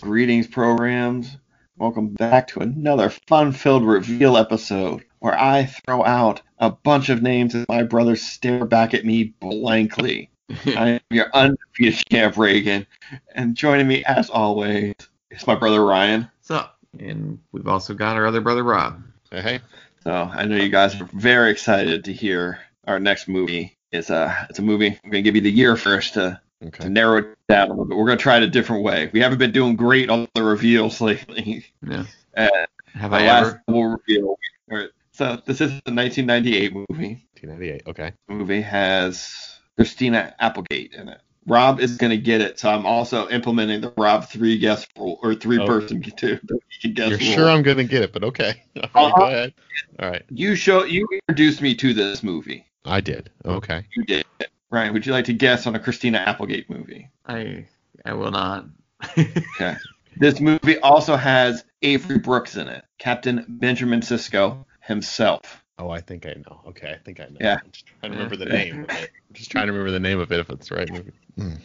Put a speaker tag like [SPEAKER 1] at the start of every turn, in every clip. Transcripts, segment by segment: [SPEAKER 1] Greetings, programs. Welcome back to another fun filled reveal episode where I throw out a bunch of names and my brothers stare back at me blankly. I am your undefeated champ, Reagan, and joining me as always is my brother Ryan.
[SPEAKER 2] What's up? And we've also got our other brother Rob.
[SPEAKER 3] Hey, hey.
[SPEAKER 1] So I know you guys are very excited to hear our next movie. It's a, it's a movie. I'm going to give you the year first to to
[SPEAKER 3] Okay.
[SPEAKER 1] narrow it down a little bit. We're gonna try it a different way. We haven't been doing great on the reveals lately.
[SPEAKER 2] Yeah.
[SPEAKER 1] Uh,
[SPEAKER 2] Have
[SPEAKER 1] The
[SPEAKER 2] I
[SPEAKER 1] last
[SPEAKER 2] ever?
[SPEAKER 1] full reveal. all right. So this is the 1998 movie.
[SPEAKER 3] 1998. Okay.
[SPEAKER 1] The movie has Christina Applegate in it. Rob is gonna get it, so I'm also implementing the Rob three guess rule or three
[SPEAKER 3] Oh.
[SPEAKER 1] person get to that he can guess
[SPEAKER 3] You're
[SPEAKER 1] rule.
[SPEAKER 3] sure I'm gonna get it, but okay. All right,
[SPEAKER 2] Uh-huh.
[SPEAKER 3] go ahead. All right.
[SPEAKER 1] you show you introduced me to this movie.
[SPEAKER 3] I did. Okay.
[SPEAKER 1] You did. Ryan, would you like to guess on a Christina Applegate movie?
[SPEAKER 2] I I will not.
[SPEAKER 1] This movie also has Avery Brooks in it, Captain Benjamin Sisko himself.
[SPEAKER 3] Oh, I think I know. Okay, I think I know.
[SPEAKER 1] Yeah.
[SPEAKER 3] I'm just trying to remember the name. Of it. I'm just trying to remember the name of it if it's the right movie.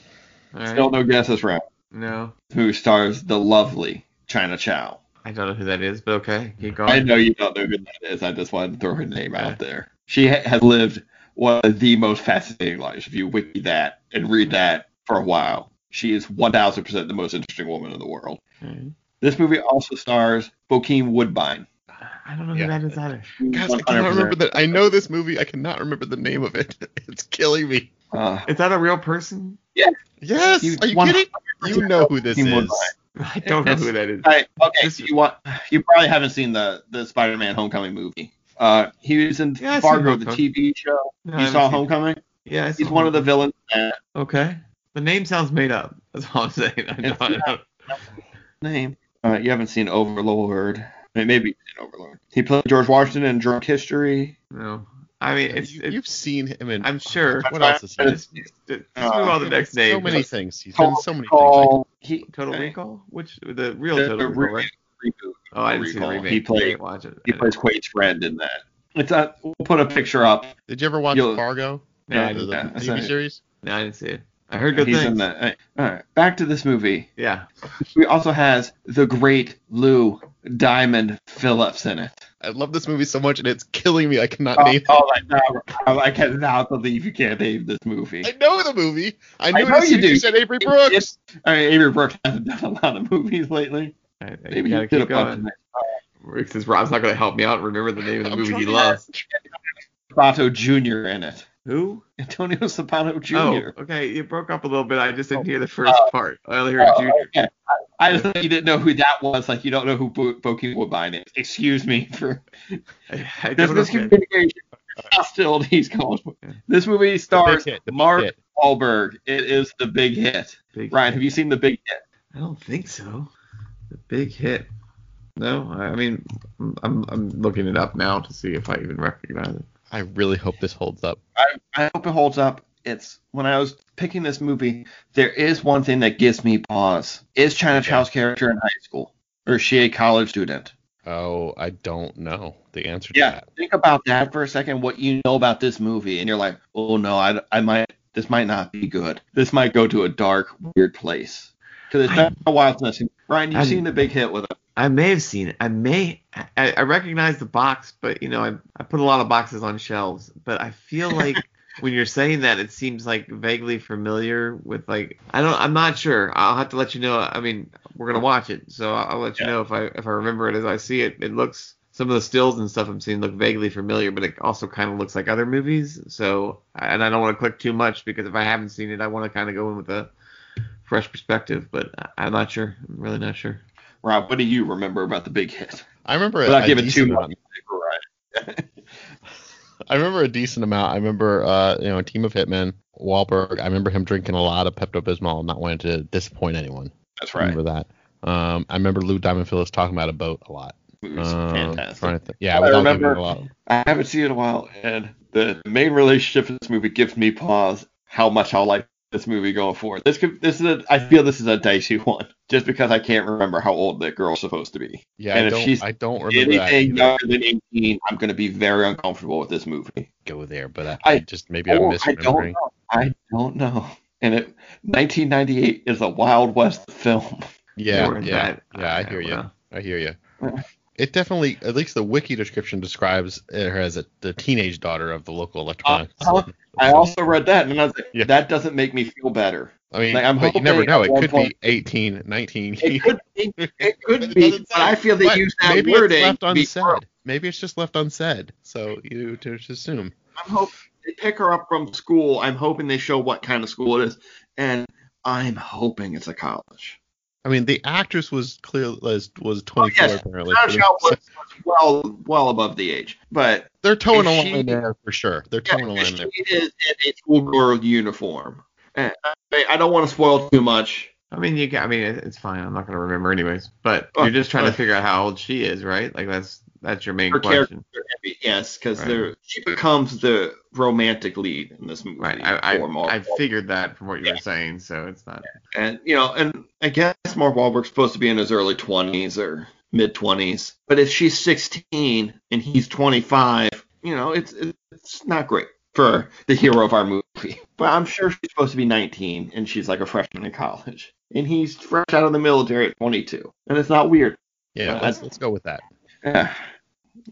[SPEAKER 2] All right.
[SPEAKER 1] Still no guesses right.
[SPEAKER 2] No,
[SPEAKER 1] This movie stars the lovely China Chow.
[SPEAKER 2] I don't know who that is, but okay, keep going.
[SPEAKER 1] I know you don't know who that is. I just wanted to throw her name out there. She ha- has lived one of the most fascinating lives. If you wiki that and read that for a while, she is 1,000% the most interesting woman in the world.
[SPEAKER 2] All right.
[SPEAKER 1] This movie also stars Bokeem Woodbine.
[SPEAKER 2] I don't know who
[SPEAKER 3] Yeah.
[SPEAKER 2] that is either.
[SPEAKER 3] Guys, I cannot remember that. I know this movie. I cannot remember the name of it. It's killing me.
[SPEAKER 1] Uh,
[SPEAKER 2] Is that a real person?
[SPEAKER 3] Yes.
[SPEAKER 1] You-
[SPEAKER 3] Are you
[SPEAKER 1] one-
[SPEAKER 3] kidding? You know who this
[SPEAKER 1] He would
[SPEAKER 3] is.
[SPEAKER 2] I don't know who that is.
[SPEAKER 1] All right, okay.
[SPEAKER 2] This-
[SPEAKER 1] you want? You probably haven't seen the the Spider-Man Homecoming movie. Uh, he was in
[SPEAKER 2] Yeah, I've seen
[SPEAKER 1] Fargo, the
[SPEAKER 2] Homecoming.
[SPEAKER 1] TV show. You
[SPEAKER 2] No, I haven't
[SPEAKER 1] saw
[SPEAKER 2] seen-
[SPEAKER 1] Homecoming?
[SPEAKER 2] Yeah, I
[SPEAKER 1] He's
[SPEAKER 2] saw
[SPEAKER 1] one of the
[SPEAKER 2] him.
[SPEAKER 1] villains. in
[SPEAKER 2] Okay. The name sounds made up. That's all I'm saying. I
[SPEAKER 1] It's
[SPEAKER 2] don't, I don't-
[SPEAKER 1] that Name. Uh, you haven't seen Overlord. I mean, maybe you've seen Overlord. He played George Washington in Drunk History.
[SPEAKER 2] No. I mean, it's,
[SPEAKER 3] you,
[SPEAKER 2] it's,
[SPEAKER 3] have seen him in.
[SPEAKER 2] I'm sure.
[SPEAKER 3] What else is he? in?
[SPEAKER 2] Just, just, just
[SPEAKER 1] Uh,
[SPEAKER 2] move on to the next name.
[SPEAKER 3] So many things. He's
[SPEAKER 1] Total
[SPEAKER 3] done so many things.
[SPEAKER 1] Recall. He
[SPEAKER 2] Total
[SPEAKER 1] uh,
[SPEAKER 2] Recall? Which the real
[SPEAKER 1] The-
[SPEAKER 2] Total
[SPEAKER 1] the
[SPEAKER 2] Recall? Right?
[SPEAKER 1] reboot.
[SPEAKER 2] Oh, I didn't see the
[SPEAKER 1] Recall.
[SPEAKER 2] remake.
[SPEAKER 1] He played-
[SPEAKER 2] I didn't watch it.
[SPEAKER 1] He plays Quaid's friend in that. It's a, we'll put a picture up.
[SPEAKER 3] Did you ever watch
[SPEAKER 1] You'll-
[SPEAKER 3] Fargo?
[SPEAKER 2] No, I
[SPEAKER 1] Yeah,
[SPEAKER 3] The,
[SPEAKER 2] didn't,
[SPEAKER 3] the
[SPEAKER 1] yeah,
[SPEAKER 3] TV
[SPEAKER 1] so-
[SPEAKER 3] series?
[SPEAKER 2] no, I didn't see it. I heard good
[SPEAKER 1] He's in
[SPEAKER 2] things.
[SPEAKER 1] that. all right, all right, back to this movie.
[SPEAKER 2] Yeah.
[SPEAKER 1] He also has the great Lou Diamond Phillips in it.
[SPEAKER 3] I love this movie so much, and it's killing me. I cannot
[SPEAKER 1] Oh,
[SPEAKER 3] name.
[SPEAKER 1] oh my God. I- I cannot believe you can't name this movie.
[SPEAKER 3] I know the movie. I knew
[SPEAKER 1] know
[SPEAKER 3] it as
[SPEAKER 1] you
[SPEAKER 3] soon as
[SPEAKER 1] do.
[SPEAKER 3] you said Avery Brooks.
[SPEAKER 1] I mean, Avery Brooks hasn't done a lot of movies lately.
[SPEAKER 2] I, I
[SPEAKER 1] Maybe
[SPEAKER 2] gotta
[SPEAKER 1] he did a
[SPEAKER 2] keep
[SPEAKER 1] bunch. of
[SPEAKER 2] going.
[SPEAKER 1] them.
[SPEAKER 2] Since Rob's not going to help me out, remember the name of the
[SPEAKER 3] I'm
[SPEAKER 2] movie he
[SPEAKER 3] trying.
[SPEAKER 2] loves.
[SPEAKER 1] Sabato Jr. in it.
[SPEAKER 2] Who?
[SPEAKER 1] Antonio Sabato Jr.
[SPEAKER 2] Oh, okay. You broke up a little bit. I just didn't hear the first part. I only heard
[SPEAKER 1] Oh,
[SPEAKER 2] Junior.
[SPEAKER 1] okay. I just thought you didn't know who that was. Like you don't know who Bo- Bokeem Woodbine is. Excuse me for
[SPEAKER 2] I, I
[SPEAKER 1] this
[SPEAKER 2] don't know. if I-
[SPEAKER 1] miscommunication. Hostilities going.
[SPEAKER 2] Yeah.
[SPEAKER 1] This movie
[SPEAKER 3] The big
[SPEAKER 1] stars
[SPEAKER 3] hit, the big
[SPEAKER 1] Mark
[SPEAKER 3] hit.
[SPEAKER 1] Wahlberg. It is the big hit.
[SPEAKER 2] Big
[SPEAKER 1] Ryan, have you seen the big hit?
[SPEAKER 2] I don't think so. The big hit. No, I I mean, I'm, I'm looking it up now to see if I even recognize it.
[SPEAKER 3] I really hope this holds up.
[SPEAKER 1] I hope it holds up. It's when I was picking this movie, there is one thing that gives me pause. Is China Chow's character in high school, or is she a college student?
[SPEAKER 3] Oh, I don't know the answer to
[SPEAKER 1] Yeah,
[SPEAKER 3] that.
[SPEAKER 1] think about that for a second. What you know about this movie, and you're like, oh no, I, I might this might not be good. This might go to a dark, weird place. Because it's been a while since I've seen- Ryan, you've
[SPEAKER 2] I-
[SPEAKER 1] seen the big hit with it.
[SPEAKER 2] I may have seen it. I may. I, I recognize the box, but you know, I, I put a lot of boxes on shelves. But I feel like when you're saying that, it seems like vaguely familiar with like I don't. I'm not sure. I'll have to let you know. I mean, we're gonna watch it, so I'll, I'll let you
[SPEAKER 1] Yeah.
[SPEAKER 2] know if I if I remember it as I see it. It looks some of the stills and stuff I'm seeing look vaguely familiar, but it also kind of looks like other movies. So and I don't want to click too much because if I haven't seen it, I want to kind of go in with a fresh perspective. But I- I'm not sure. I'm really not sure.
[SPEAKER 1] Rob, what do you remember about the big hit?
[SPEAKER 3] I remember a,
[SPEAKER 1] Without
[SPEAKER 3] a
[SPEAKER 1] giving too
[SPEAKER 3] decent
[SPEAKER 1] much.
[SPEAKER 3] amount. I remember a decent amount. I remember, uh, you know, a team of hitmen. Wahlberg. I remember him drinking a lot of Pepto Bismol, not wanting to disappoint anyone.
[SPEAKER 1] That's
[SPEAKER 3] I remember that. Um, I remember Lou Diamond Phillips talking about a boat a lot.
[SPEAKER 1] Movie's
[SPEAKER 3] Um,
[SPEAKER 1] fantastic.
[SPEAKER 3] trying to think- yeah,
[SPEAKER 1] I
[SPEAKER 3] without giving
[SPEAKER 1] remember-
[SPEAKER 3] it a lot.
[SPEAKER 1] I haven't seen it in a while, and the main relationship in this movie gives me pause how much I'll like this movie going forward. This could, this is a, I feel this is a dicey one, just because I can't remember how old that girl's supposed to be.
[SPEAKER 3] Yeah,
[SPEAKER 1] And
[SPEAKER 3] I
[SPEAKER 1] if she's
[SPEAKER 3] don't, I don't remember that.
[SPEAKER 1] Anything
[SPEAKER 3] either.
[SPEAKER 1] younger than 18, I'm going to be very uncomfortable with this movie.
[SPEAKER 3] go there, but I,
[SPEAKER 1] I-
[SPEAKER 3] I just maybe I'm
[SPEAKER 1] Oh, I don't
[SPEAKER 3] misremembering.
[SPEAKER 1] know. I don't know. And it, 1998 is a Wild West film.
[SPEAKER 2] They
[SPEAKER 3] Yeah,
[SPEAKER 2] weren't
[SPEAKER 3] yeah,
[SPEAKER 2] that-
[SPEAKER 3] yeah. I
[SPEAKER 2] okay,
[SPEAKER 3] hear you.
[SPEAKER 2] well.
[SPEAKER 3] I hear you.
[SPEAKER 1] Yeah.
[SPEAKER 3] It definitely, at least the wiki description describes her as a, the teenage daughter of the local electronics.
[SPEAKER 1] Uh, I also read that, and I was like,
[SPEAKER 3] Yeah.
[SPEAKER 1] that doesn't make me feel better.
[SPEAKER 3] I mean,
[SPEAKER 1] like, I'm
[SPEAKER 3] but you never
[SPEAKER 1] hoping
[SPEAKER 3] know.
[SPEAKER 1] at
[SPEAKER 3] It
[SPEAKER 1] one
[SPEAKER 3] could
[SPEAKER 1] point-
[SPEAKER 3] be 18, 19.
[SPEAKER 1] It could be, it could
[SPEAKER 3] It
[SPEAKER 1] be,
[SPEAKER 3] doesn't
[SPEAKER 1] but I feel they
[SPEAKER 3] But
[SPEAKER 1] use that
[SPEAKER 3] maybe
[SPEAKER 1] word.
[SPEAKER 3] it's left unsaid.
[SPEAKER 1] before.
[SPEAKER 3] Maybe it's just left unsaid. So you to just assume.
[SPEAKER 1] I'm hope they pick her up from school. I'm hoping they show what kind of school it is, and I'm hoping it's a college.
[SPEAKER 3] I mean, the actress was clear was, was 24
[SPEAKER 1] Oh, yes.
[SPEAKER 3] apparently.
[SPEAKER 1] Josh Holt was, was well well above the age, but
[SPEAKER 3] They're towing a
[SPEAKER 1] If
[SPEAKER 3] line
[SPEAKER 1] she-
[SPEAKER 3] there for sure. They're
[SPEAKER 1] yeah,
[SPEAKER 3] towing a line
[SPEAKER 1] she
[SPEAKER 3] there.
[SPEAKER 1] is in a schoolgirl uniform. And I, I don't want to spoil too much.
[SPEAKER 2] I mean, you. Can, I mean, it- it's fine. I'm not gonna remember anyways. But
[SPEAKER 1] Oh,
[SPEAKER 2] you're just trying
[SPEAKER 1] oh.
[SPEAKER 2] to figure out how old she is, right? Like that's that's your main
[SPEAKER 1] Her
[SPEAKER 2] question,
[SPEAKER 1] Yes, because
[SPEAKER 2] Right.
[SPEAKER 1] they're she becomes the romantic lead in this movie.
[SPEAKER 2] right? I
[SPEAKER 1] for Mark
[SPEAKER 2] I, I
[SPEAKER 1] Wahlberg.
[SPEAKER 2] figured that from what you were saying, so it's not.
[SPEAKER 1] And you know, and I guess Mark Wahlberg's supposed to be in his early twenties or mid twenties. But if she's sixteen and he's twenty five, you know, it's it's not great for the hero of our movie. But I'm sure she's supposed to be nineteen and she's like a freshman in college. And he's fresh out of the military at twenty two. And it's not weird.
[SPEAKER 3] Yeah,
[SPEAKER 1] Uh,
[SPEAKER 3] let's, let's go with that.
[SPEAKER 1] Yeah.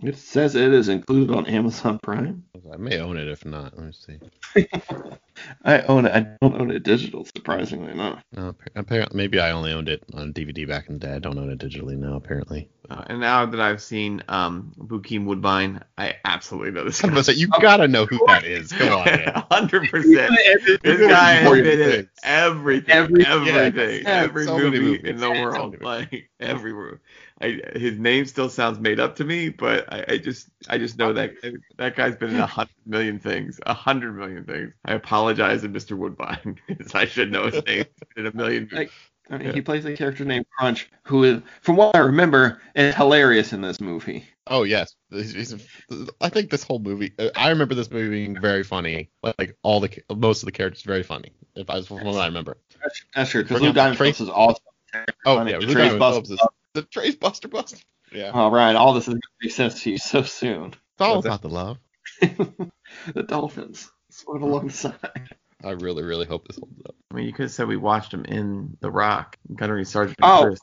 [SPEAKER 1] It says it is included on Amazon Prime.
[SPEAKER 3] I may own it if not. Let me see.
[SPEAKER 1] I own it. I don't own it digital, surprisingly enough.
[SPEAKER 3] No, Oh, apparently, maybe I only owned it on DVD back in the day. I don't own it digitally now, apparently.
[SPEAKER 2] Uh, and now that I've seen um Bukim Woodbine, I absolutely know this
[SPEAKER 3] I'm
[SPEAKER 2] guy.
[SPEAKER 3] gonna say you gotta know who that is. Go on. man.
[SPEAKER 2] Hundred percent. This guy has
[SPEAKER 3] Everything.
[SPEAKER 2] been in everything,
[SPEAKER 1] Every-
[SPEAKER 2] everything,
[SPEAKER 3] yeah,
[SPEAKER 2] every
[SPEAKER 3] so many
[SPEAKER 2] movie
[SPEAKER 3] movies.
[SPEAKER 2] in the
[SPEAKER 3] Yeah, so
[SPEAKER 2] world,
[SPEAKER 3] many
[SPEAKER 2] like everywhere. I, his name still sounds made up to me, but I, I just, I just know that that guy's been in a hundred million things, a hundred million things. I apologize to Mr. Woodbine because I should know his name in a million.
[SPEAKER 1] Like-
[SPEAKER 2] Movies.
[SPEAKER 1] I mean,
[SPEAKER 2] Yeah.
[SPEAKER 1] he plays a character named Crunch, who is, from what I remember, is hilarious in this movie.
[SPEAKER 3] Oh yes, He's- he's- I think this whole movie. uh, I remember this movie being very funny. Like all the ca- most of the characters very funny. If I from what I remember.
[SPEAKER 1] That's, that's true, because
[SPEAKER 3] Bring
[SPEAKER 1] Lou
[SPEAKER 3] up the
[SPEAKER 1] Diamond
[SPEAKER 3] Trace-
[SPEAKER 1] Phillips is awesome.
[SPEAKER 3] Oh
[SPEAKER 1] Funny.
[SPEAKER 3] yeah, Lou
[SPEAKER 1] Trace
[SPEAKER 3] Diamond
[SPEAKER 1] Buster
[SPEAKER 3] Phillips is- the Trace Buster Buster. Yeah,
[SPEAKER 1] All right, all this is going to make sense to you so soon.
[SPEAKER 3] it's all
[SPEAKER 2] What's that?
[SPEAKER 3] about the love.
[SPEAKER 1] the Dolphins, sort of alongside.
[SPEAKER 3] I really really hope this holds up.
[SPEAKER 2] I mean, you could have said we watched him in The Rock, Gunnery Sergeant
[SPEAKER 1] Oh.
[SPEAKER 2] Chris.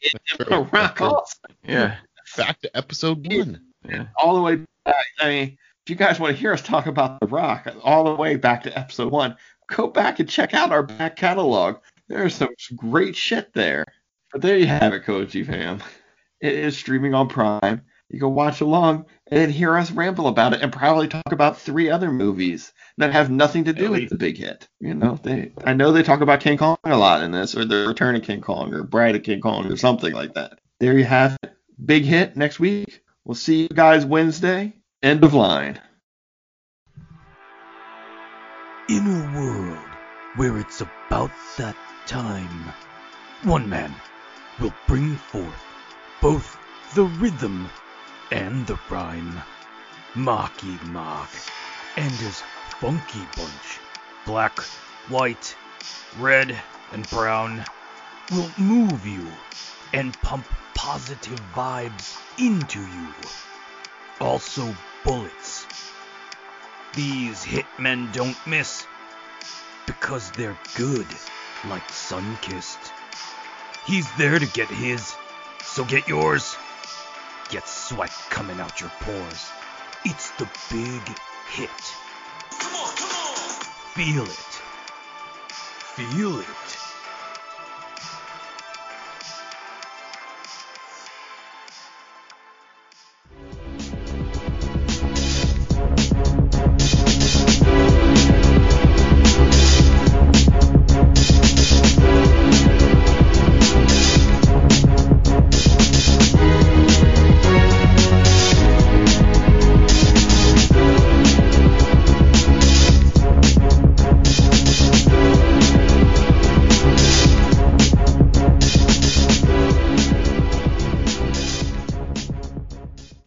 [SPEAKER 3] True.
[SPEAKER 1] Rock
[SPEAKER 3] True.
[SPEAKER 1] also,
[SPEAKER 2] Yeah,
[SPEAKER 3] Back to episode one.
[SPEAKER 2] yeah.
[SPEAKER 1] all the way back. I mean, if you guys want to hear us talk about The Rock all the way back to episode one, go back and check out our back catalog. There's some great shit there. But there you have it, Koji fam. It is streaming on Prime. You can watch along and hear us ramble about it and probably talk about three other movies that have nothing to do
[SPEAKER 3] At
[SPEAKER 1] with
[SPEAKER 3] least.
[SPEAKER 1] the big hit. You know, they I know they talk about King Kong a lot in this, or the return of King Kong, or Bride of King Kong, or something like that. There you have it. Big hit next week. We'll see you guys Wednesday. End of line.
[SPEAKER 4] In a world where it's about that time, one man will bring forth both the rhythm and the rhyme. Mocky Mock and his funky bunch, black, white, red, and brown, will move you and pump positive vibes into you. Also, bullets. These hitmen don't miss because they're good, like Sunkissed. He's there to get his, so get yours. Get sweat coming out your pores. It's the big hit. Feel it. Feel it.